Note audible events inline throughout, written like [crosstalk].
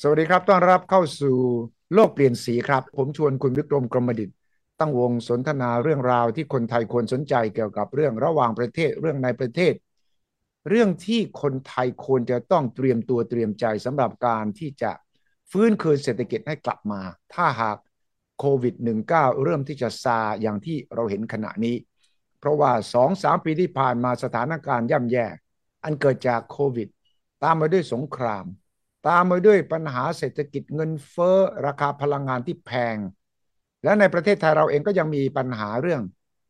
สวัสดีครับ ต้อนรับเข้าสู่โลกเปลี่ยนสีครับ ผมชวนคุณวิกรมกรมดิตตั้งวงสนทนาเรื่องราวที่คนไทยควรสนใจเกี่ยวกับเรื่องระหว่างประเทศเรื่องในประเทศ เรื่องที่คนไทยควรจะต้องเตรียมตัวเตรียมใจสำหรับการที่จะฟื้นคืนเศรษฐกิจให้กลับมา ถ้าหากโควิด -19 เริ่มที่จะซาอย่างที่เราเห็นขณะนี้ เพราะว่า 2-3 ปีที่ผ่านมาสถานการณ์ย่ำแย่ อันเกิดจากโควิด ตามมาด้วยสงคราม ตามมาด้วยปัญหาเศรษฐกิจเงินเฟ้อ ราคาพลังงานที่แพง และในประเทศไทยเราเองก็ยังมีปัญหาเรื่อง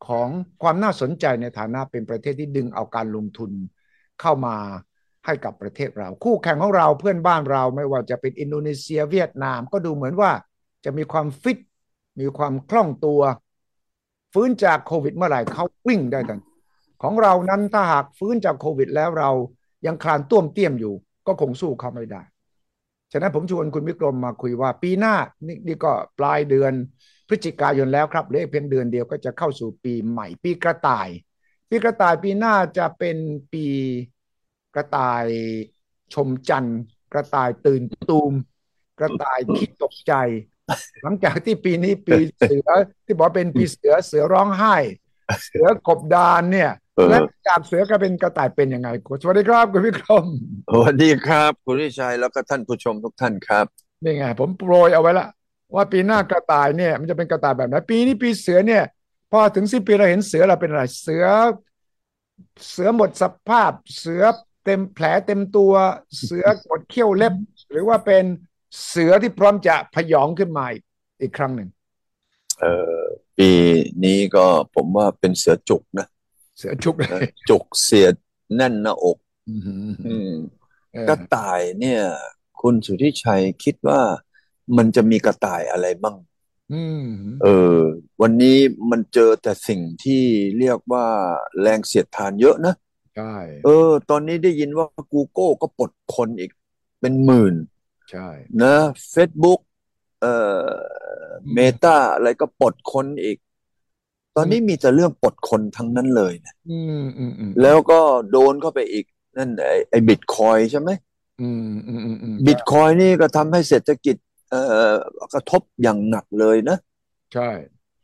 ของความน่าสนใจในฐานะเป็นประเทศที่ดึงเอาการลงทุนเข้ามาให้กับประเทศเรา คู่แข่งของเราเพื่อนบ้านเราไม่ว่าจะเป็นอินโดนีเซียเวียดนามก็ดูเหมือนว่าจะมีความฟิต มีความคล่องตัว ฟื้นจากโควิดเมื่อไหร่เขาวิ่งได้ทันทีของเรานั้นถ้าหากฟื้นจากโควิดแล้วเรายังคลานต้วมเตี้ยมอยู่ ก็คงสู้เขาไม่ได้ ฉะนั้นผมชวนคุณวิกรมมาคุยว่าปีหน้านี่นี่ก็ปลายเดือนพฤศจิกายนแล้วครับเหลืออีกเพียงเดือนเดียวก็จะเข้าสู่ปีใหม่ ปีกระต่าย ปีกระต่ายปีหน้าจะเป็นปีกระต่ายชมจันทร์ กระต่ายตื่นตูม กระต่ายขี้ตกใจ หลังจากที่ปีนี้ปีเสือที่บอกเป็นปีเสือเสือร้องไห้ เสือกบดานเนี่ย เออ และจากเสือก็เป็นกระต่ายเป็นยังไงครับสวัสดีครับคุณวิกรม สวัสดีครับ คุณวิชัยแล้วก็ท่านผู้ชมทุกท่านครับ นี่ไง ผมโปรยเอาไว้ละว่าปีหน้ากระต่ายเนี่ยมันจะเป็นกระต่ายแบบไหนปีนี้ปีเสือเนี่ย พอถึงสิ้นปีเราเห็นเสือเราเป็นอะไรเสือ เสือหมดสภาพ เสือเต็มแผลเต็มตัว เสือหมดเขี้ยวเล็บ หรือว่าเป็นเสือที่พร้อมจะพยองขึ้นมาอีกอีกครั้งหนึ่ง เออปีนี้ก็ผมว่าเป็นเสือจุกนะ [laughs] เสือชุกเล เออย จุกเสียดแน่นหน้าอก อื้อหือ อืม เอก อ ระต่ายเนี่ย คุณสุทธิชัยคิดว่ามันจะมีกระต่ายอะไรบ้าง อืม เออ วันนี้มันเจอแต่สิ่งที่เรียกว่าแรงเสียดทานเยอะนะ ใช่ เออ ตอนนี้ได้ยินว่า Google ก็ปลดคนอีก เป็นหมื่น ใช่ นะ Facebook เอ่อ อืม เมตาอะไรก็ปลดคนอีก ตอนนี้มีแต่เรื่องปลดคนทั้งนั้นเลยนะ อืมอืมอืม แล้วก็โดนเข้าไปอีก นั่นไอ้ไอ้บิตคอยใช่ไหม อืมอืมอืมอืม บิตคอยนี่ก็ทำให้เศรษฐกิจเอ่อกระทบอย่างหนักเลยนะ ใช่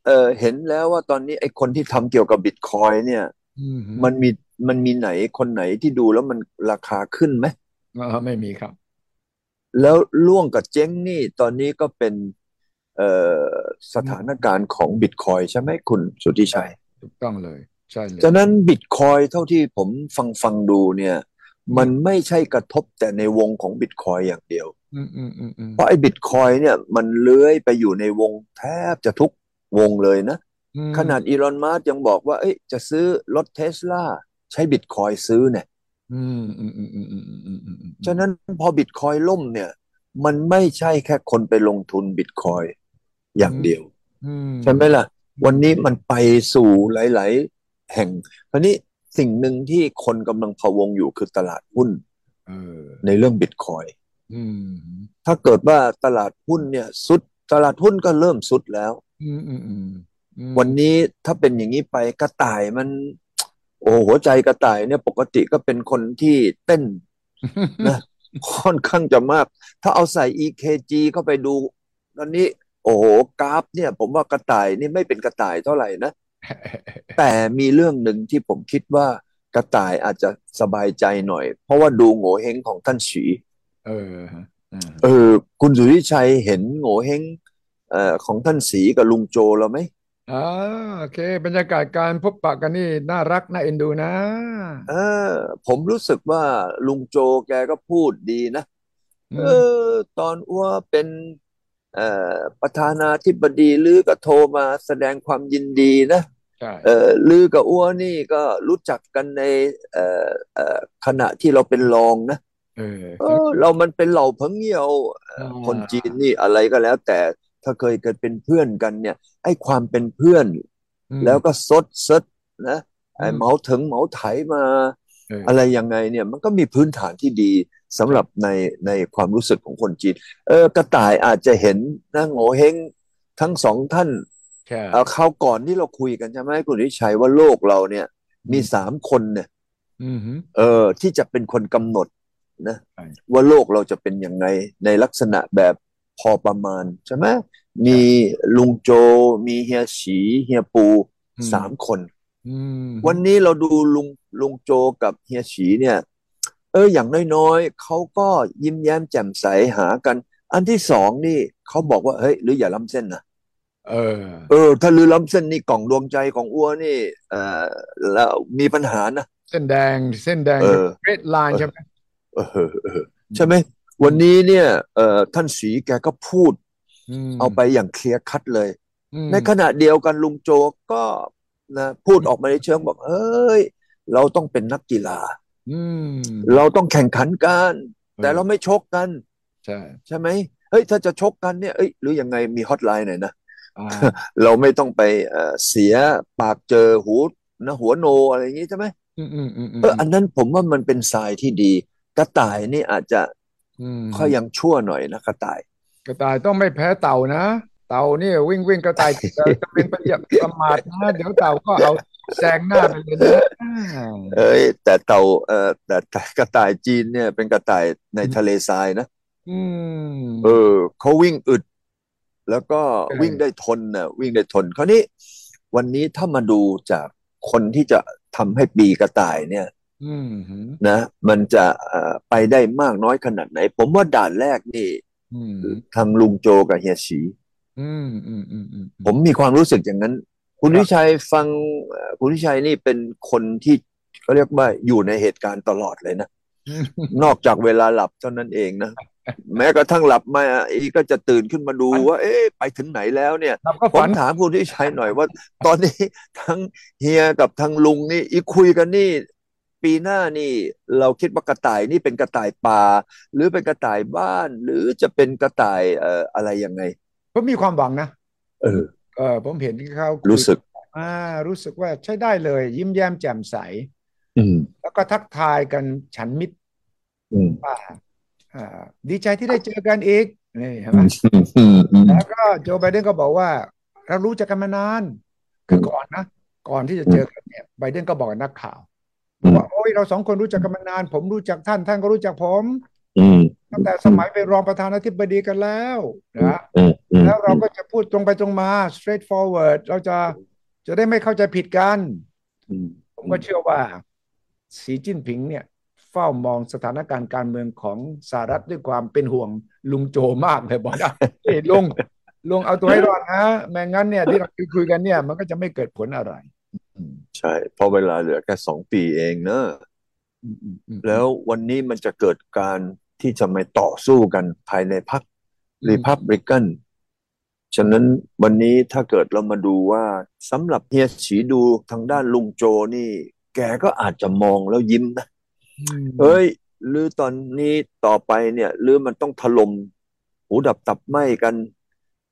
เอ่อเห็นแล้วว่าตอนนี้ไอ้คนที่ทำเกี่ยวกับบิตคอยเนี่ย อืมหือ มันมีมันมีไหนคนไหนที่ดูแล้วมันราคาขึ้นไหม เออไม่มีครับ แล้วร่วงกับเจ๊งนี่ตอนนี้ก็เป็นเอ่อสถานการณ์ของบิตคอยใช่ไหมคุณสุทธิชัย ถูกต้องเลยใช่เลย ฉะนั้นบิตคอยเท่าที่ผมฟังฟังดูเนี่ย มันไม่ใช่กระทบแต่ในวงของบิตคอยอย่างเดียว อืมอืมอืมอืม เพราะไอ้บิตคอยเนี่ยมันเลื้อยไปอยู่ในวงแทบจะทุกวงเลยนะ อืม ขนาดอีลอนมัสก์ยังบอกว่า เอ้ยจะซื้อรถเทสลาใช้บิตคอยซื้อเนี่ย อืมอืมอืมอืมอืมอืมอืมอืมอืม ฉะนั้นพอบิตคอยล่มเนี่ย มันไม่ใช่แค่คนไปลงทุนบิตคอยอย่างเดียว อืม ใช่ไหมล่ะ วันนี้มันไปสู่หลาย ๆ แห่งคราวนี้สิ่งหนึ่งที่คนกำลังพะวงอยู่คือตลาดหุ้น เออ ในเรื่องบิตคอยน์ อืม ถ้าเกิดว่าตลาดหุ้นเนี่ยสุดตลาดหุ้นก็เริ่มสุดแล้ว อืมอืมอืมอืม วันนี้ถ้าเป็นอย่างนี้ไปกระต่ายมัน โอ้โหหัวใจกระต่ายเนี่ยปกติก็เป็นคนที่เต้น นะ ค่อนข้างจะมาก ถ้าเอาใส่ EKG เข้าไปดู ตอนนี้ โอ้โหกราฟเนี่ย ผมว่ากระต่ายนี่ไม่เป็นกระต่ายเท่าไหร่นะ แต่มีเรื่องหนึ่งที่ผมคิดว่ากระต่ายอาจจะสบายใจหน่อย เพราะว่าดูโง่เฮงของท่านฉี เออฮะอ่า เออ คุณสุริชัยเห็นโง่เฮงเอ่อของท่านสีกับลุงโจแล้วไหม อ่าโอเค บรรยากาศการพบปะกันนี่น่ารักน่าเอ็นดูนะ เออผมรู้สึกว่าลุงโจแกก็พูดดีนะ อื เอ ม อ ตอนอ้ว่าเป็นเอ่อประธานาธิบดีลือก็โทรมาแสดงความยินดีนะ ใช่ เออลือกับอ้วนี่ก็รู้จักกันในเอ่อเอ่อขณะที่เราเป็นรองนะ เออ เออเรามันเป็นเหล่าเพิงเหี่ยวเอ่อคนจีนนี่อะไรก็แล้ว แต่ถ้าเคยเกิดเป็นเพื่อนกันเนี่ย ไอ้ความเป็นเพื่อน อืม แล้วก็ซดซดนะไอ้ อืม เหมาถึงเหมาไถมา เอออ อะไรยังไงเนี่ยมันก็มีพื้นฐานที่ดีสำหรับในในความรู้สึกของคนจีน เออกระต่ายอาจจะเห็นนะโง่เฮงทั้งสองท่าน ใช่ เอ่อคราวก่อนที่เราคุยกันใช่ไหมคุณวิชัยว่าโลกเราเนี่ย มีสามคนเนี่ย อืมฮึ เออที่จะเป็นคนกำหนด นะ ใช่ ว่าโลกเราจะเป็นยังไงในลักษณะแบบพอประมาณใช่ไหมมีลุงโจ มีเฮียฉีเฮียปู อืม สามคน อืม วันนี้เราดูลุงลุงโจกับเฮียฉีเนี่ย เอออย่างน้อยๆเขาก็ยิ้มแย้มแจ่มใสหากัน อันที่สองนี่เขาบอกว่าเฮ้ยหรืออย่าล้ำเส้นนะ เออ เออถ้าลือล้ำเส้นนี่กล่องดวงใจของอ้วนนี่เออแล้วมีปัญหานะ เส้นแดงเส้นแดง เออ เรดไลน์ใช่ไหม เออเออใช่ไหมวันนี้เนี่ยเออท่านศรีแกก็พูด ม เอาไปอย่างเคลียร์คัดเลย อืม ในขณะเดียวกันลุงโจก็นะพูดออกมาในเชิงบอกเอ้ย เราต้องเป็นนักกีฬา อืม เราต้องแข่งขันกัน แต่เราไม่ชกกัน ใช่ ใช่ไหมเฮ้ยถ้าจะชกกันเนี่ยเอ้ยหรือยังไงมีฮอตไลน์หน่อยนะ อ่า เราไม่ต้องไปเอ่อเสียปากเจอหูนะหัวโนอะไรอย่างนี้ใช่ไหม อืมอืมอืมอืม เอออันนั้นผมว่ามันเป็นทรายที่ดี กระต่ายนี่อาจจะ อืม ค่อยยังชั่วหน่อยนะกระต่าย กระต่ายต้องไม่แพ้เต่านะ เต่าเนี่ยวิ่งวิ่งกระต่ายจะจะเป็นประเดี๋ยวประมาทนะเดี๋ยวเต่าก็เอาแซงหน้าไปเลยนะ เอ้ยแต่เต่าเออแต่แต่กระต่ายจีนเนี่ยเป็นกระต่ายในทะเลทรายนะ อืม เออเขาวิ่งอึด แล้วก็ ใช่ วิ่งได้ทนนะวิ่งได้ทนคราวนี้ วันนี้ถ้ามาดูจากคนที่จะทำให้ปีกระต่ายเนี่ย อืม นะ มันจะเอ่อไปได้มากน้อยขนาดไหน ผมว่าด่านแรกนี่ อืม ทางลุงโจกับเฮียฉี อืมอืมอืมอืม ผมมีความรู้สึกอย่างนั้น คุณ ครับ วิชัยฟังเอ่อคุณวิชัยนี่เป็นคนที่เขาเรียกว่าอยู่ในเหตุการณ์ตลอดเลยนะ อืม นอกจากเวลาหลับเท่านั้นเองนะ แม้กระทั่งหลับมาอีกก็จะตื่นขึ้นมาดูว่า เอ๊ะไปถึงไหนแล้วเนี่ย เราก็ ผ ฝั ม น ถามคุณวิชัยหน่อยว่า ตอนนี้ ทั้งเฮียกับทั้งลุงนี่อีคุยกันนี่ ปีหน้านี่ เราคิดว่ากระต่ายนี่เป็นกระต่ายป่า หรือเป็นกระต่ายบ้าน หรือจะเป็นกระต่ายเอ่ออะไรยังไง ผมมีความหวังนะ เออ เออผมเห็นที่เขา รู้สึก อ่ารู้สึกว่าใช้ได้เลย ยิ้มแย้มแจ่มใส อืม แล้วก็ทักทายกันฉันมิตร อืม ว่าอ่า ดีใจที่ได้เจอกันอีกนี่เห็นไหม อืมอืม แล้วก็โจไบเดนก็บอกว่าเรารู้จักกันมานาน คือก่อนนะ ก่อนที่จะเจอกันเนี่ยไบเดนก็บอกกับนักข่าว อืม ว่าโอ้ยเราสองคนรู้จักกันมานาน ผมรู้จักท่านท่านก็รู้จักผม อืม ตั้งแต่สมัยเป็นรองประธานาธิบดีกันแล้วนะ อืมอืม แล้วเราก็จะพูดตรงไปตรงมา straight forward เราจะจะได้ไม่เข้าใจผิดกัน อืม ผมก็เชื่อว่าสีจิ้นผิงเนี่ย เฝ้ามองสถานการณ์การเมืองของสหรัฐด้วยความเป็นห่วงลุงโจมากเลยบอก [laughs] ว่า เอ้ยลุงลุงเอาตัวให้รอดนะไม่งั้นเนี่ยที่เราคุยกันเนี่ย มันก็จะไม่เกิดผลอะไร อืมใช่เพราะเวลาเหลือแค่สองปีเองเนอะ อืมอืมอืม แล้ววันนี้มันจะเกิดการที่จะมาต่อสู้กันภายในพรรค อืม รีพับลิกันฉะนั้นวันนี้ถ้าเกิดเรามาดูว่าสำหรับเฮียฉีดูทางด้านลุงโจนี่ แกก็อาจจะมองแล้วยิ้มนะ อืม เอ้ยหรือตอนนี้ต่อไปเนี่ยหรือมันต้องถล่มหูดับตับไหม้กัน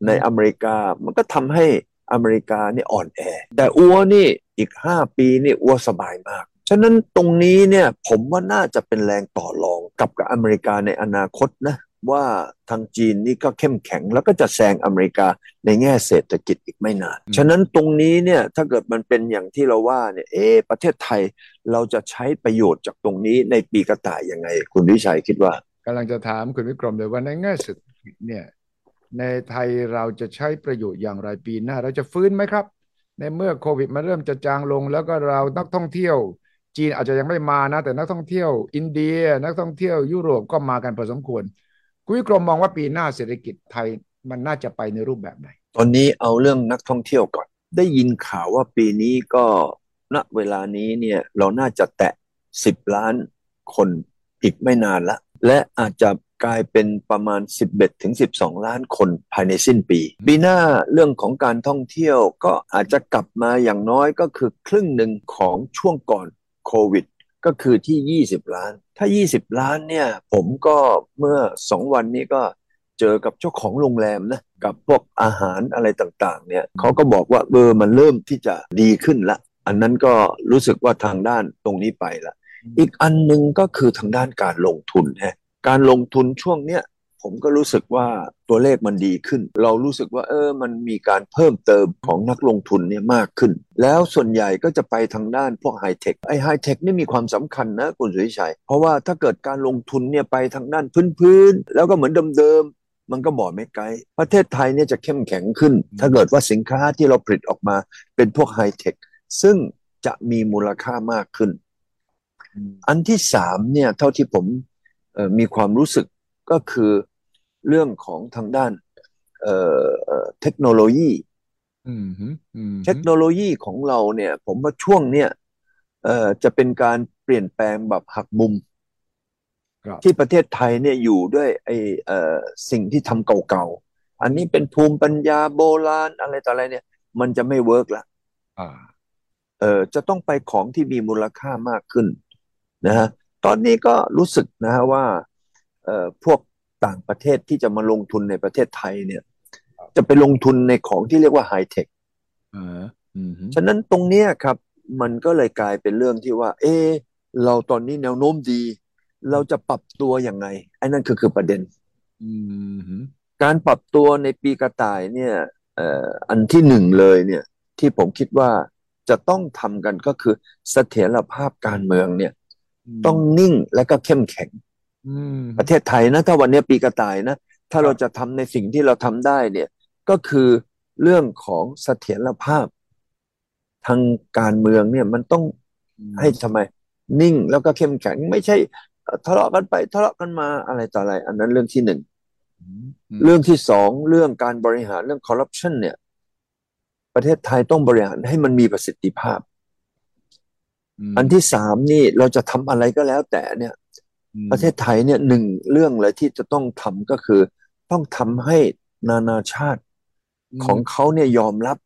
ในอเมริกา มันก็ทำให้อเมริกาเนี่ยอ่อนแอ แต่อัวนี่อีกห้าปีนี่อัวสบายมาก ฉะนั้นตรงนี้เนี่ยผมว่าน่าจะเป็นแรงต่อรองกับกับอเมริกาในอนาคตนะ ว่าทางจีนนี่ก็เข้มแข็งแล้วก็จะแซงอเมริกาในแง่เศรษฐกิจอีกไม่นาน ฉะนั้นตรงนี้เนี่ยถ้าเกิดมันเป็นอย่างที่เราว่าเนี่ยเอ๊ะประเทศไทย เราจะใช้ประโยชน์จากตรงนี้ในปีกระต่ายยังไง คุณวิชัยคิดว่า กำลังจะถามคุณวิกรมเลยว่าในแง่เศรษฐกิจเนี่ย ในไทยเราจะใช้ประโยชน์อย่างไรปีหน้า เราจะฟื้นไหมครับ ในเมื่อโควิดมันเริ่มจะจางลง แล้วก็เรานักท่องเที่ยว จีนอาจจะยังไม่มานะ แต่นักท่องเที่ยว อินเดีย นักท่องเที่ยวยุโรปก็มากันพอสมควร คุณวิกรมมองว่าปีหน้าเศรษฐกิจไทยมันน่าจะไปในรูปแบบไหน ตอนนี้เอาเรื่องนักท่องเที่ยวก่อน ได้ยินข่าวว่าปีนี้ก็ณเวลานี้เนี่ยเราน่าจะแตะ 10 ล้านคนอีกไม่นานละ และอาจจะกลายเป็นประมาณ 11ถึง12 ล้านคนภายในสิ้นปี ปีหน้าเรื่องของการท่องเที่ยวก็อาจจะกลับมาอย่างน้อยก็คือครึ่งหนึ่งของช่วงก่อนโควิด ก็คือที่ 20 ล้าน ถ้า 20 ล้านเนี่ย ผมก็เมื่อ 2 วันนี้ก็เจอกับเจ้าของโรงแรมนะ กับพวกอาหารอะไรต่างๆ เนี่ยเขาก็บอกว่าเบอร์มันเริ่มที่จะดีขึ้นละ อันนั้นก็รู้สึกว่าทางด้านตรงนี้ไปละ อีกอันหนึงก็คือทางด้านการลงทุนฮะการลงทุนช่วงเนี้ยผ ผมก็รู้สึกว่าตัวเลขมันดีขึ้น เรารู้สึกว่า เออ มันมีการเพิ่มเติมของนักลงทุนเนี่ยมากขึ้น แล้วส่วนใหญ่ก็จะไปทางด้านพวกไฮเทคไอไฮเทคนี่มีความสำคัญนะคุณสุริชัย เพราะว่าถ้าเกิดการลงทุนเนี่ยไปทางด้านพื้นๆแล้วก็เหมือนเดิมๆ มันก็บอกไม่ไกลประเทศไทยเนี่ยจะเข้มแข็งขึ้น ถ้าเกิดว่าสินค้าที่เราผลิตออกมาเป็นพวกไฮเทค ซึ่งจะมีมูลค่ามากขึ้น อันที่สามเนี่ยเท่าที่ผมเอ่อมีความรู้สึกก็คือเรื่องของทางด้านเอ่อเอ่อเทคโนโลยี อืมฮึอืมฮึ เทคโนโลยีของเราเนี่ย ผมว่าช่วงเนี่ยเอ่อจะเป็นการเปลี่ยนแปลงแบบหักมุม ครับ ที่ประเทศไทยเนี่ยอยู่ด้วยไอเอ่อสิ่งที่ทำเก่าๆ อันนี้เป็นภูมิปัญญาโบราณอะไรต่ออะไรเนี่ย มันจะไม่เวิร์กละ อ่า เออจะต้องไปของที่มีมูลค่ามากขึ้นนะฮะตอนนี้ก็รู้สึกนะฮะว่าเอ่อพวกต่างประเทศที่จะมาลงทุนในประเทศไทยเนี่ย จะไปลงทุนในของที่เรียกว่าไฮเทค เอออืมฮึ ฉะนั้นตรงเนี้ยครับ มันก็เลยกลายเป็นเรื่องที่ว่า เออเราตอนนี้แนวโน้มดี เราจะปรับตัวยังไงไอ้นั่นคือคือประเด็น อืมฮึ การปรับตัวในปีกระต่ายเนี่ยเอ่ออันที่หนึ่งเลยเนี่ย ที่ผมคิดว่าจะต้องทำกันก็คือเสถียรภาพการเมืองเนี่ย ต้องนิ่งและก็เข้มแข็ง อืมฮึ ประเทศไทยนะถ้าวันนี้ปีกระต่ายนะ ถ้าเรา ครับ จะทำในสิ่งที่เราทำได้เนี่ยก็คือเรื่องของเสถียรภาพ ทางการเมืองเนี่ยมันต้อง ให้ทำไม นิ่งแล้วก็เข้มแข็งไม่ใช่เอ่อทะเลาะกันไปทะเลาะกันมาอะไรต่ออะไร อันนั้นเรื่องที่หนึ่ง อืมอืม เรื่องที่สองเรื่องการบริหารเรื่องคอร์รัปชันเนี่ย ประเทศไทยต้องบริหารให้มันมีประสิทธิภาพ ม อันที่สามนี่เราจะทำอะไรก็แล้วแต่เนี่ย อืม ประเทศไทยเนี่ยหนึ่งเรื่องเลยที่จะต้องทำก็คือ ต้องทำให้นานาชาติของเขาเนี่ยยอมรับ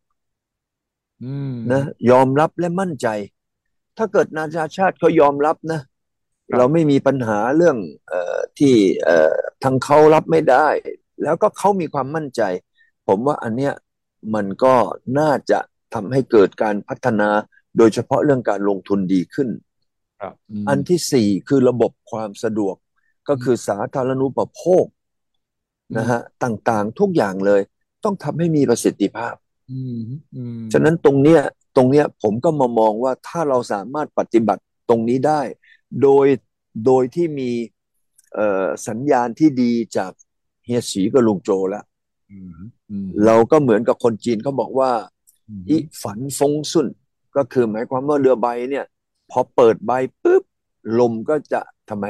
อืม นะยอมรับและมั่นใจ ถ้าเกิดนานาชาติเขายอมรับนะ ครับ เราไม่มีปัญหาเรื่องเอ่อที่เอ่อทางเขารับไม่ได้ แล้วก็เขามีความมั่นใจ ผมว่าอันเนี้ยมันก็น่าจะทำให้เกิดการพัฒนา โดยเฉพาะเรื่องการลงทุนดีขึ้น ครับม อันที่สี่คือระบบความสะดวกก็คือสาธารณูปโภคนะฮะต่างๆทุกอย่างเลย ต้องทำให้มีประสิทธิภาพ อืมฮึอืม ฉะนั้นตรงเนี้ยตรงเนี้ยผมก็มามองว่าถ้าเราสามารถปฏิบัติตรงนี้ได้ โดยโดยที่มีเอ่อสัญญาณที่ดีจากเฮียสีกับลุงโจแล้ว อืมฮึอืม เราก็เหมือนกับคนจีนเขาบอกว่า อืมฮึ อีฝันฟงสุนก็คือหมายความว่าเรือใบเนี่ย พอเปิดใบปุ๊บ ลมก็จะทำไม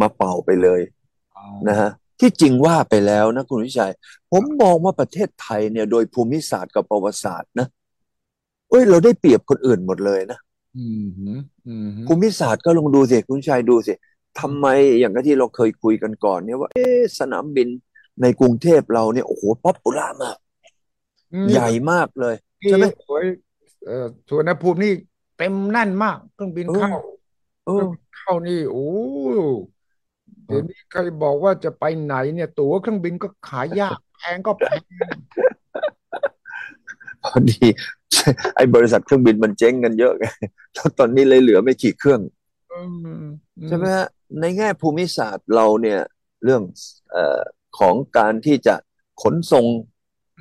มาเป่าไปเลย อ่า นะฮะที่จริงว่าไปแล้วนะคุณวิชัย ผมมองว่าประเทศไทยเนี่ยโดยภูมิศาสตร์กับประวัติศาสตร์นะเอ้ย เราได้เปรียบคนอื่นหมดเลยนะ อืมฮึอืมฮึ ภูมิศาสตร์ก็ลองดูสิคุณวิชัยดูสิทำไมอย่างที่เราเคยคุยกันก่อนเนี่ยว่า เอ๊ะสนามบินในกรุงเทพเราเนี่ยโอ้โหป๊อปปูล่ามาก ใหญ่มากเลย ที่ ใช่ไหม สวยเอ่อสุวรรณภูมินี่เต็มแน่นมากเครื่องบินเข้าเออเอ เครื่องบินอเข้านี่โอ้ เออ เดี๋ยวนี้ใครบอกว่าจะไปไหนเนี่ย ตั๋วเครื่องบินก็ขายยากแพงก็แพง พอดี [laughs] ไอ้บริษัทเครื่องบินมันเจ๊งกันเยอะไงแล้วตอนนี้เลยเหลือไม่กี่เครื่อง อืมอื ใช่ ม ไหมฮะในแง่ภูมิศาสตร์เราเนี่ยเรื่องเอ่อของการที่จะขนส่ง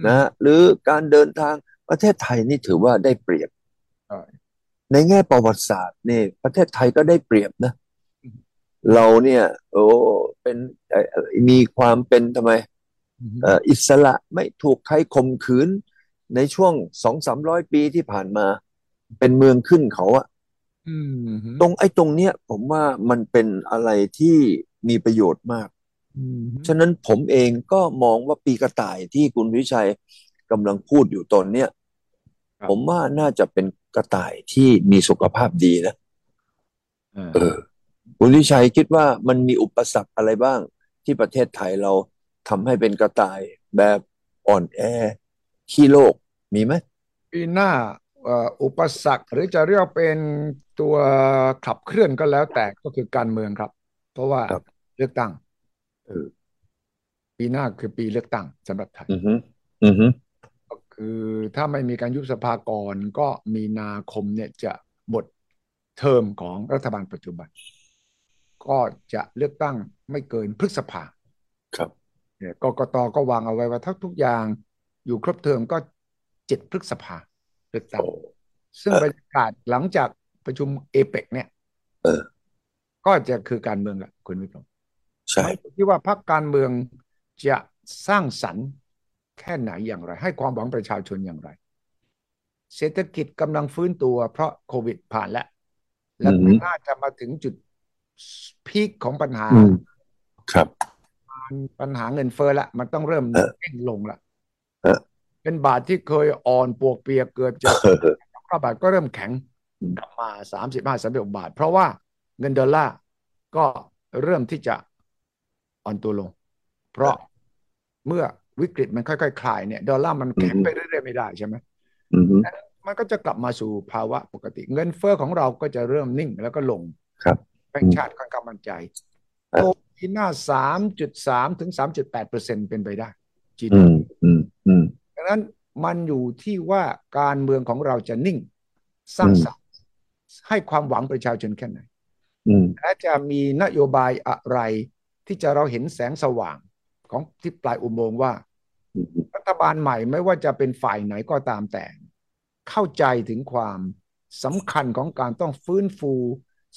นะฮะหรือการเดินทางประเทศไทยนี่ถือว่าได้เปรียบ ใช่ ในแง่ประวัติศาสตร์นี่ประเทศไทยก็ได้เปรียบนะ เราเนี่ยโอ้เป็นเอ่อมีความเป็นทำไม อืม เอ่ออิสระไม่ถูกใครข่มขืน ในช่วงสองสามร้อยปีที่ผ่านมา เป็นเมืองขึ้นเขาอะ อืม ตรงไอ้ตรงเนี้ยผมว่ามันเป็นอะไรที่มีประโยชน์มาก อืม ฉะนั้นผมเองก็มองว่าปีกระต่ายที่คุณวิชัยกำลังพูดอยู่ตอนเนี้ยผมว่าน่าจะเป็นกระต่ายที่มีสุขภาพดีนะ อ่า เออ คุณวิชัยคิดว่ามันมีอุปสรรคอะไรบ้าง ที่ประเทศไทยเราทำให้เป็นกระต่ายแบบอ่อนแอขี้โลกมีไหม ปีหน้าเอ่ออุปสรรคหรือจะเรียกเป็นตัวขับเคลื่อนก็แล้วแต่ก็คือการเมืองครับ เพราะว่า ครับ เลือกตั้ง เออ ปีหน้าคือปีเลือกตั้งสำหรับไทย อือฮึอือฮึ ก็คือถ้าไม่มีการยุบสภาก่อนก็มีนาคมเนี่ยจะหมดเทอมของรัฐบาลปัจจุบัน ก็จะเลือกตั้งไม่เกินพฤษภา ครับ เนี่ยกกตก็วางเอาไว้ว่าถ้าทุกอย่างอยู่ครบเทอมก็เจ็ดพฤษภาเลือกตั้ง โอ้ ซึ่ง เออบ รรยากาศหลังจากประชุมเอเปกเนี่ย เออ ก็จะคือการเมืองแหละคุณวิกรม ใช่ มันอยู่ที่ว่าพรรคการเมืองจะสร้างสรรค์แค่ไหนอย่างไร ให้ความหวังประชาชนอย่างไร เศรษฐกิจกำลังฟื้นตัว เพราะโควิดผ่านแล้ว และน่าจะมาถึงจุดพีคของปัญหา อืมครับ ปัญหาเงินเฟ้อละ มันต้องเริ่ม เออ เร่งลงละ เออ เป็นบาทที่เคยอ่อนปวกเปียกเกือบจะ เออ ข้าบาทก็เริ่มแข็ง อืม กลับมาสามสิบห้าสามสิบบาท เพราะว่าเงินดอลลาร์ก็เริ่มที่จะอ่อนตัวลง เพราะเมื่อวิกฤตมันค่อยๆคลายเนี่ย ดอลลาร์มันแข็งไปเรื่อยๆไม่ได้ใช่ไหม อืม มันก็จะกลับมาสู่ภาวะปกติ เงินเฟ้อของเราก็จะเริ่มนิ่งแล้วก็ลง ครับ แบงก์ชาติค่อนข้างมั่นใจ เออ โตปีหน้า 3.3 ถึง 3.8เปอร์เซ็นเป็นไปได้จีน อืมอืมอืม ดังนั้นมันอยู่ที่ว่าการเมืองของเราจะนิ่ง สร้างสรรค์ให้ความหวังประชาชนแค่ไหน อืม และจะมีนโยบายอะไรที่จะเราเห็นแสงสว่างของที่ปลายอุโมงค์ว่า อืม รัฐบาลใหม่ไม่ว่าจะเป็นฝ่ายไหนก็ตามแต่ เข้าใจถึงความสำคัญของการต้องฟื้นฟู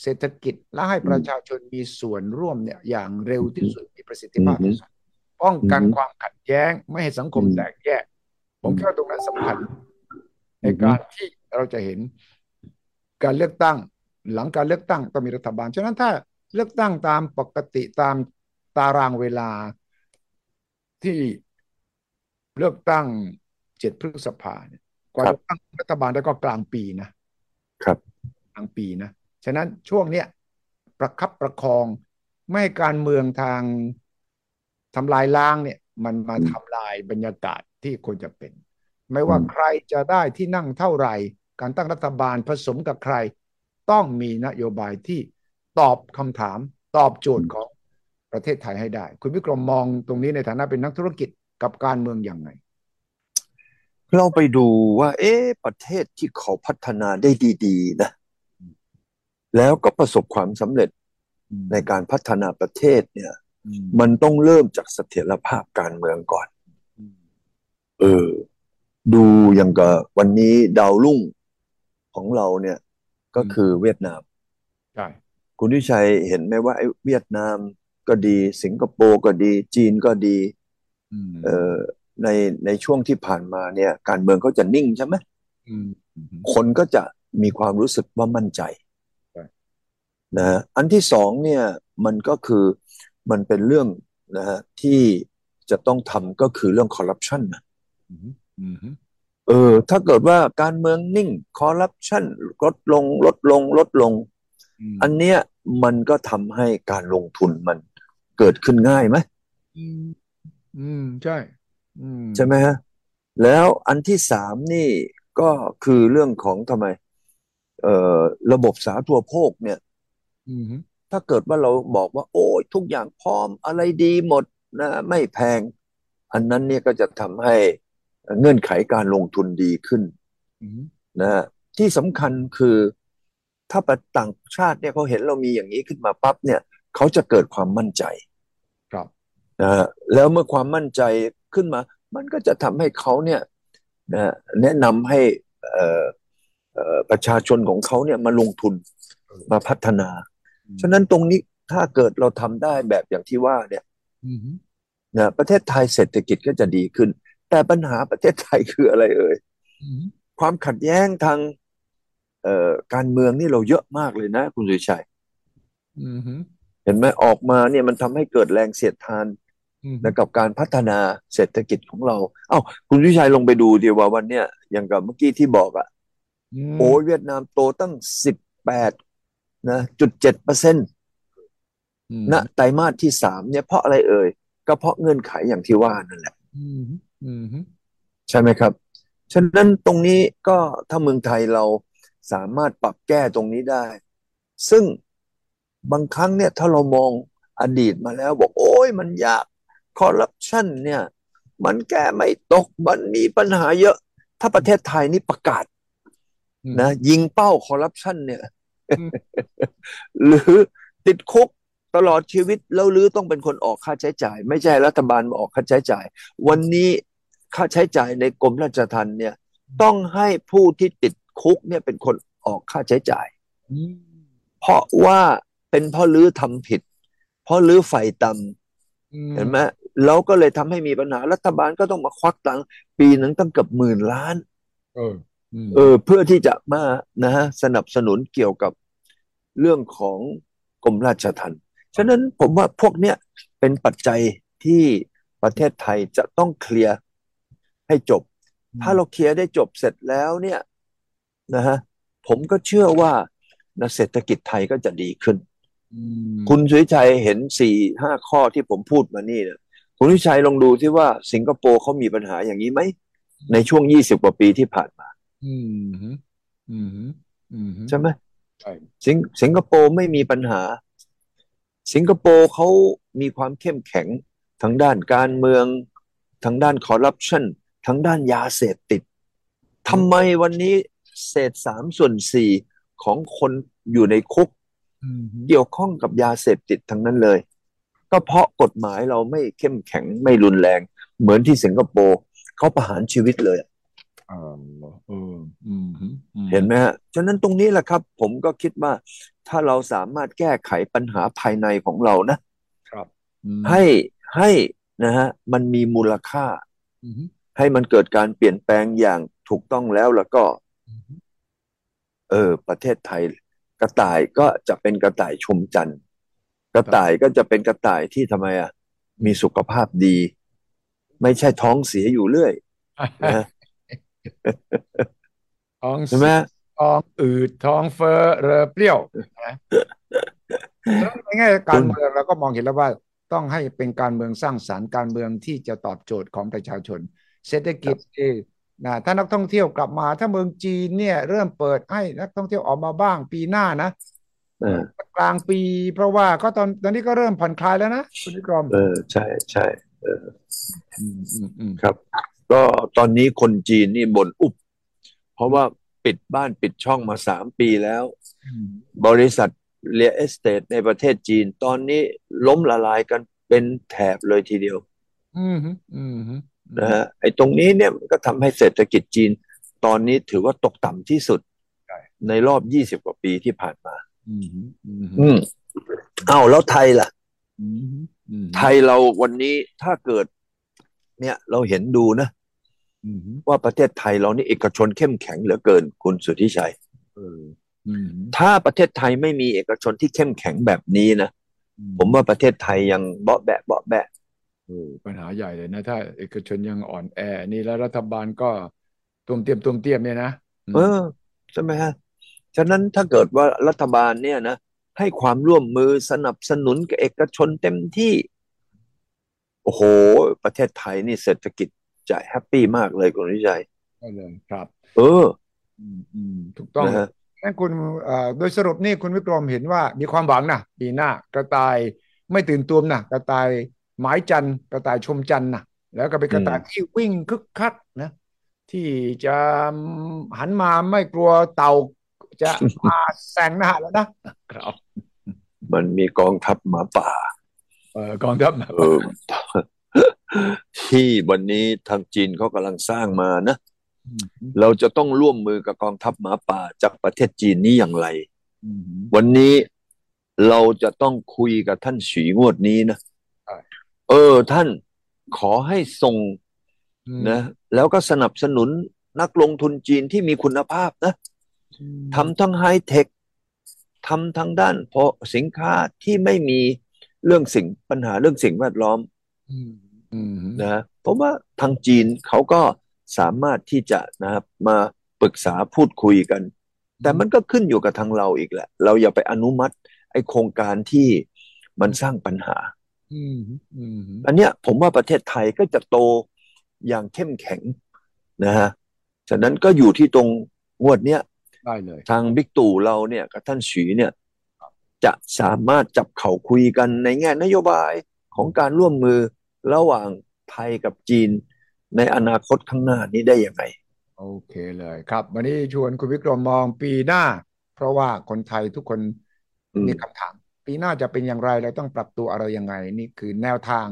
เศรษฐกิจและให้ประชาชนมีส่วนร่วมเนี่ยอย่างเร็วที่สุดมีประสิทธิภาพที่สุดป้องกัน อืม ความขัดแย้งไม่ให้สังคม อืม แตกแยก ผม อืม คิดว่าตรงนั้นสำคัญ อืม ในการที่เราจะเห็นการเลือกตั้ง หลังการเลือกตั้งต้องมีรัฐบาลฉะนั้นถ้าเลือกตั้งตามปกติตามตารางเวลาที่ เลือกตั้งเจ็ดพฤษภาเนี่ยกว่า ครั จะ บ ตั้งรัฐบาลได้ก็กลางปีนะครับ กลางปีนะ ฉะนั้นช่วงเนี้ยประคับประคอง ไม่ให้การเมืองทางทำลายล้างเนี่ย มันมาทำลายบรรยากาศที่ควรจะเป็น ไม่ว่าใครจะได้ที่นั่งเท่าไหร่ การตั้งรัฐบาลผสมกับใคร ต้องมีนโยบายที่ตอบคำถาม ตอบโจทย์ของประเทศไทยให้ได้ คุณวิกรมมองตรงนี้ในฐานะเป็นนักธุรกิจกับการเมืองอย่างไง เราไปดูว่า เอ๊ะประเทศที่เขาพัฒนาได้ดีๆนะแล้วก็ประสบความสำเร็จในการพัฒนาประเทศเนี่ย มันต้องเริ่มจากเสถียรภาพการเมืองก่อน เออ ดูอย่างกับวันนี้ดาวรุ่งของเราเนี่ย ก็ อืม คือเวียดนาม ใช่ คุณทิชัยเห็นไหมว่าไอ้เวียดนามก็ดี สิงคโปร์ก็ดี จีนก็ดี อืม เออในในช่วงที่ผ่านมาเนี่ย การเมืองเขาจะนิ่งใช่ไหม ม คนก็จะมีความรู้สึกว่ามั่นใจ ใช่ นะฮะอันที่สองเนี่ยมันก็คือมันเป็นเรื่องนะฮะที่จะต้องทำก็คือเรื่องคอร์รัปชันนะ อืมอืม เออถ้าเกิดว่าการเมืองนิ่งคอร์รัปชันลดลงลดลงลดลง ม อันเนี้ยมันก็ทำให้การลงทุนมันเกิดขึ้นง่ายไหม อืมอืมใช่อืม ใช่ไหมฮะแล้วอันที่สามนี่ก็คือเรื่องของทำไมเอ่อระบบสาธารณปโภคเนี่ย อืม ถ้าเกิดว่าเราบอกว่า โอ้ยทุกอย่างพร้อมอะไรดีหมดนะ ไม่แพง อันนั้นเนี่ยก็จะทำให้เงื่อนไขการลงทุนดีขึ้น อืม นะฮะที่สำคัญคือ ถ้าประต่างชาติเนี่ยเขาเห็นเรามีอย่างนี้ขึ้นมาปั๊บเนี่ย เขาจะเกิดความมั่นใจ ครับ นะฮะแล้วเมื่อความมั่นใจขึ้นมา มันก็จะทำให้เขาเนี่ยนะฮะแนะนำให้เอ่อเอ่อประชาชนของเขาเนี่ยมาลงทุนมาพัฒนา ฉะนั้นตรงนี้ถ้าเกิดเราทำได้แบบอย่างที่ว่าเนี่ย อืม นะประเทศไทยเศรษฐกิจก็จะดีขึ้น แต่ปัญหาประเทศไทยคืออะไรเอ่ย อืม ความขัดแย้งทางเอ่อการเมืองนี่เราเยอะมากเลยนะ คุณสุริชัย อืม เห็นไหมออกมาเนี่ยมันทำให้เกิดแรงเสียดทาน อืม นะกับการพัฒนาเศรษฐกิจของเรา เอ้าคุณสุริชัยลงไปดูดีว่าวันเนี้ยอย่างกับเมื่อกี้ที่บอกอะโอ้ยเวียดนามโตตั้งสิบแปดนะจุดเจ็ดเปอร์เซ็นต์ ณไตรมาสที่สามเนี่ยเพราะอะไรเอ่ยก็เพราะเงื่อนไขอย่างที่ว่านั่นแหละ อืมอืม ใช่ไหมครับ ฉะนั้นตรงนี้ก็ถ้าเมืองไทยเราสามารถปรับแก้ตรงนี้ได้ ซึ่งบางครั้งเนี่ยถ้าเรามองอดีตมาแล้วบอกโอ้ยมันยากคอร์รัปชันเนี่ย มันแก้ไม่ตกมันมีปัญหาเยอะ ถ้าประเทศไทยนี่ประกาศ [laughs] นะยิงเป้าคอร์รัปชันเนี่ย หรือติดคุก ตลอดชีวิตแล้วหรือต้องเป็นคนออกค่าใช้จ่าย ไม่ใช่รัฐบาลมาออกค่าใช้จ่าย วันนี้ค่าใช้จ่ายในกรมราชทัณฑ์เนี่ย ต้องให้ผู้ที่ติดคุกเนี่ยเป็นคนออกค่าใช้จ่าย อืม เพราะว่าเป็นเพ่อลื้อทำผิด เพราะลื้อไฟต่ำเห็นไหมแล้วก็เลยทำให้มีปัญหารัฐบาลก็ต้องมาควักตังค์ปีหนึงตั้งเกือบหมื่นล้าน เอออืม เออเพื่อที่จะมานะฮะสนับสนุนเกี่ยวกับเรื่องของกรมราชทัณฑ์ฉะนั้นผมว่าพวกเนี้ยเป็นปัจจัยที่ประเทศไทยจะต้องเคลียร์ให้จบ ถ้าเราเคลียร์ได้จบเสร็จแล้วเนี่ยนะฮะผมก็เชื่อว่านะเศรษฐกิจไทยก็จะดีขึ้น อืม คุณสุวิชัยเห็นสี่ห้าข้อที่ผมพูดมานี่เนี่ยคุณสุวิชัยลองดูที่ว่าสิงคโปร์เขามีปัญหาอย่างนี้ไหม ในช่วงยี่สิบกว่าปีที่ผ่านมา อืมอืมอืมอืม ใช่ไหม ใช่ สิงสิงคโปร์ไม่มีปัญหา สิงคโปร์เขามีความเข้มแข็งทางด้านการเมือง ทางด้านคอร์รัปชันทางด้านยาเสพติดทำไมวันนี้เศษสามส่วนสี่ของคนอยู่ในคุก อืม เกี่ยวข้องกับยาเสพติดทั้งนั้นเลย ก็เพราะกฎหมายเราไม่เข้มแข็งไม่รุนแรง เหมือนที่สิงคโปร์เขาประหารชีวิตเลย อ่าเอออืมอืมอืม เห็นไหมฮะ ฉะนั้นตรงนี้แหละครับ ผมก็คิดว่าถ้าเราสามารถแก้ไขปัญหาภายในของเรานะ อืม ให้ให้นะฮะมันมีมูลค่า อืม ให้มันเกิดการเปลี่ยนแปลงอย่างถูกต้องแล้วแล้วก็ อืม เออ ประเทศไทย กระต่ายก็จะเป็นกระต่ายชมจันทร์กระต่ายก็จะเป็นกระต่ายที่ทำไมอ่ะมีสุขภาพดี ไม่ใช่ท้องเสียอยู่เรื่อยนะฮะ ท้อง ใช่ไหม เสียท้องอืดท้องเฟ้อเรอเปรี้ยว [laughs] นะแล้วในแง่การเมืองเราก็มองเห็นแล้วว่า ต้องให้เป็นการเมืองสร้างสรรค์การเมืองที่จะตอบโจทย์ของประชาชน เศรษฐกิจเองนะถ้านักท่องเที่ยวกลับมา ถ้าเมืองจีนเนี่ย เริ่มเปิดให้นักท่องเที่ยวออกมาบ้างปีหน้านะ เออก ลางปี เพราะว่าก็ตอนตอนนี้ก็เริ่มผ่อนคลายแล้วนะคุณนิกรม เออ ใช่ใช่ อืมอืมอืม ครับก็ตอนนี้คนจีนนี่บ่นอุบเพราะว่าปิดบ้านปิดช่องมาสามปีแล้ว อืม บริษัทเรียเอสเตในประเทศจีน ตอนนี้ล้มละลายกันเป็นแถบเลยทีเดียว อืมอืมอืม นะฮะไอ้ตรงนี้เนี่ยมันก็ทำให้เศรษฐกิจจีน ตอนนี้ถือว่าตกต่ำที่สุดในรอบยี่สิบกว่าปีที่ผ่านมา อืมอืม อืมอ้าวแล้วไทยล่ะ อืมอืม ไทยเราวันนี้ถ้าเกิด เนี่ยเราเห็นดูนะ อืม ว่าประเทศไทยเรานี่เอกชนเข้มแข็งเหลือเกินคุณสุทธิชัย เอออืม ถ้าประเทศไทยไม่มีเอกชนที่เข้มแข็งแบบนี้นะ ผมว่าประเทศไทยยังเบาะแบะเบาะแบะ เออปัญหาใหญ่เลยนะ ถ้าเอกชนยังอ่อนแอ นี่แล้วรัฐบาลก็ตุ่มเตียมตุ่มเตียมเนี่ยนะ เออใช่ไหมฮะฉะนั้นถ้าเกิดว่ารัฐบาลเนี่ยนะ ให้ความร่วมมือสนับสนุนกับเอกชนเต็มที่ โอ้โห ประเทศไทยนี่เศรษฐกิจจะแฮปปี้มากเลยคุณวิชัย ได้เลยครับ เออ อืมอืมถูกต้อง นะฮะ งั้นคุณเอ่อโดยสรุปนี่คุณวิกรมเห็นว่ามีความหวังนะปีหน้ากระต่ายไม่ตื่นตัวมนะกระต่ายหมายจันทร์กระต่ายชมจันทร์นะแล้วก็เป็นกระต่ายที่วิ่งคึกคักนะ ที่จะหันมาไม่กลัวเต่าจะมาแซงหน้าแล้วนะครับ มันมีกองทัพหมาป่า เออกองทัพ เอ [laughs] อ ที่วันนี้ทางจีนเขากำลังสร้างมานะ มอืม เราจะต้องร่วมมือกับกองทัพหมาป่าจากประเทศจีนนี้อย่างไร อืม วันนี้เราจะต้องคุยกับท่านฉีงวดนี้นะ ใช่ เออท่านขอให้ส่ง อืม นะ แล้วก็สนับสนุนนักลงทุนจีนที่มีคุณภาพนะทำทั้งไฮเทคทำทั้งด้านเพราะสินค้าที่ไม่มีเรื่องสิ่งปัญหาเรื่องสิ่งแวดล้อม อืมอืม นะฮะผมว่าทางจีนเขาก็สามารถที่จะนะครับมาปรึกษาพูดคุยกัน แต่มันก็ขึ้นอยู่กับทางเราอีกแหละ เราอย่าไปอนุมัติไอ้โครงการที่มันสร้างปัญหา อืมอืม อันเนี้ยผมว่าประเทศไทยก็จะโตอย่างเข้มแข็งนะฮะฉะนั้นก็อยู่ที่ตรงงวดเนี้ย ได้เลย ทางบิ๊กตู่เราเนี่ยกับท่านฉีเนี่ยจะสามารถจับเข่าคุยกันในแง่นโยบายของการร่วมมือระหว่างไทยกับจีน ในอนาคตข้างหน้านี้ได้ยังไง โอเคเลยครับ วันนี้ชวนคุณวิกรมมองปีหน้า เพราะว่าคนไทยทุกคน อืม มีคำถาม ปี ปีหน้าจะเป็นอย่างไรเราต้องปรับตัวอะไรยังไง นี่คือแนวทาง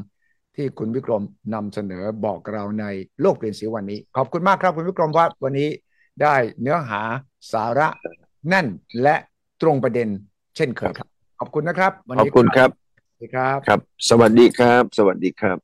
ที่คุณวิกรมนำเสนอบอกเราในโลกเปลี่ยนสีวันนี้ ขอบคุณมากครับคุณวิกรมวัดวันนี้ได้เนื้อหาสาระแน่นและตรงประเด็นเช่นเคยครับ ขอบคุณนะครับวัน ขอบ นี้ คุณครับ สวัสดีครับ ครับ สวัสดีครับ สวัสดีครับ